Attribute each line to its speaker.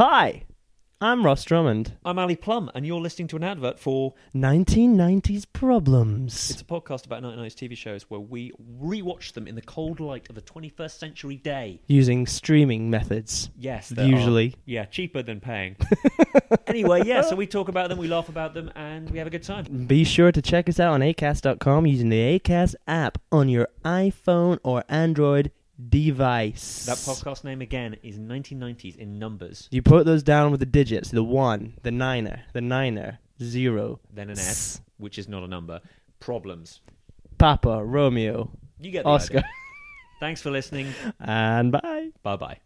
Speaker 1: Hi, I'm Ross Drummond.
Speaker 2: I'm Ali Plum, and you're listening to an advert for
Speaker 1: 1990s problems.
Speaker 2: it's a podcast about 1990s TV shows where we rewatch them in the cold light of a 21st century day.
Speaker 1: Using streaming methods.
Speaker 2: Yes, that are-
Speaker 1: Usually.
Speaker 2: yeah, cheaper than paying. anyway, yeah, so we talk about them, we laugh about them, and we have a good time.
Speaker 1: Be sure to check us out on acast.com using the Acast app on your iPhone or Android device.
Speaker 2: That podcast name again is 1990s in numbers,
Speaker 1: You put those down with the digits the one, the niner, the niner, zero.
Speaker 2: then an S, which is not a number. Problems.
Speaker 1: Papa, Romeo,
Speaker 2: You get the
Speaker 1: Oscar.
Speaker 2: idea. Thanks for listening.
Speaker 1: and bye.
Speaker 2: Bye bye.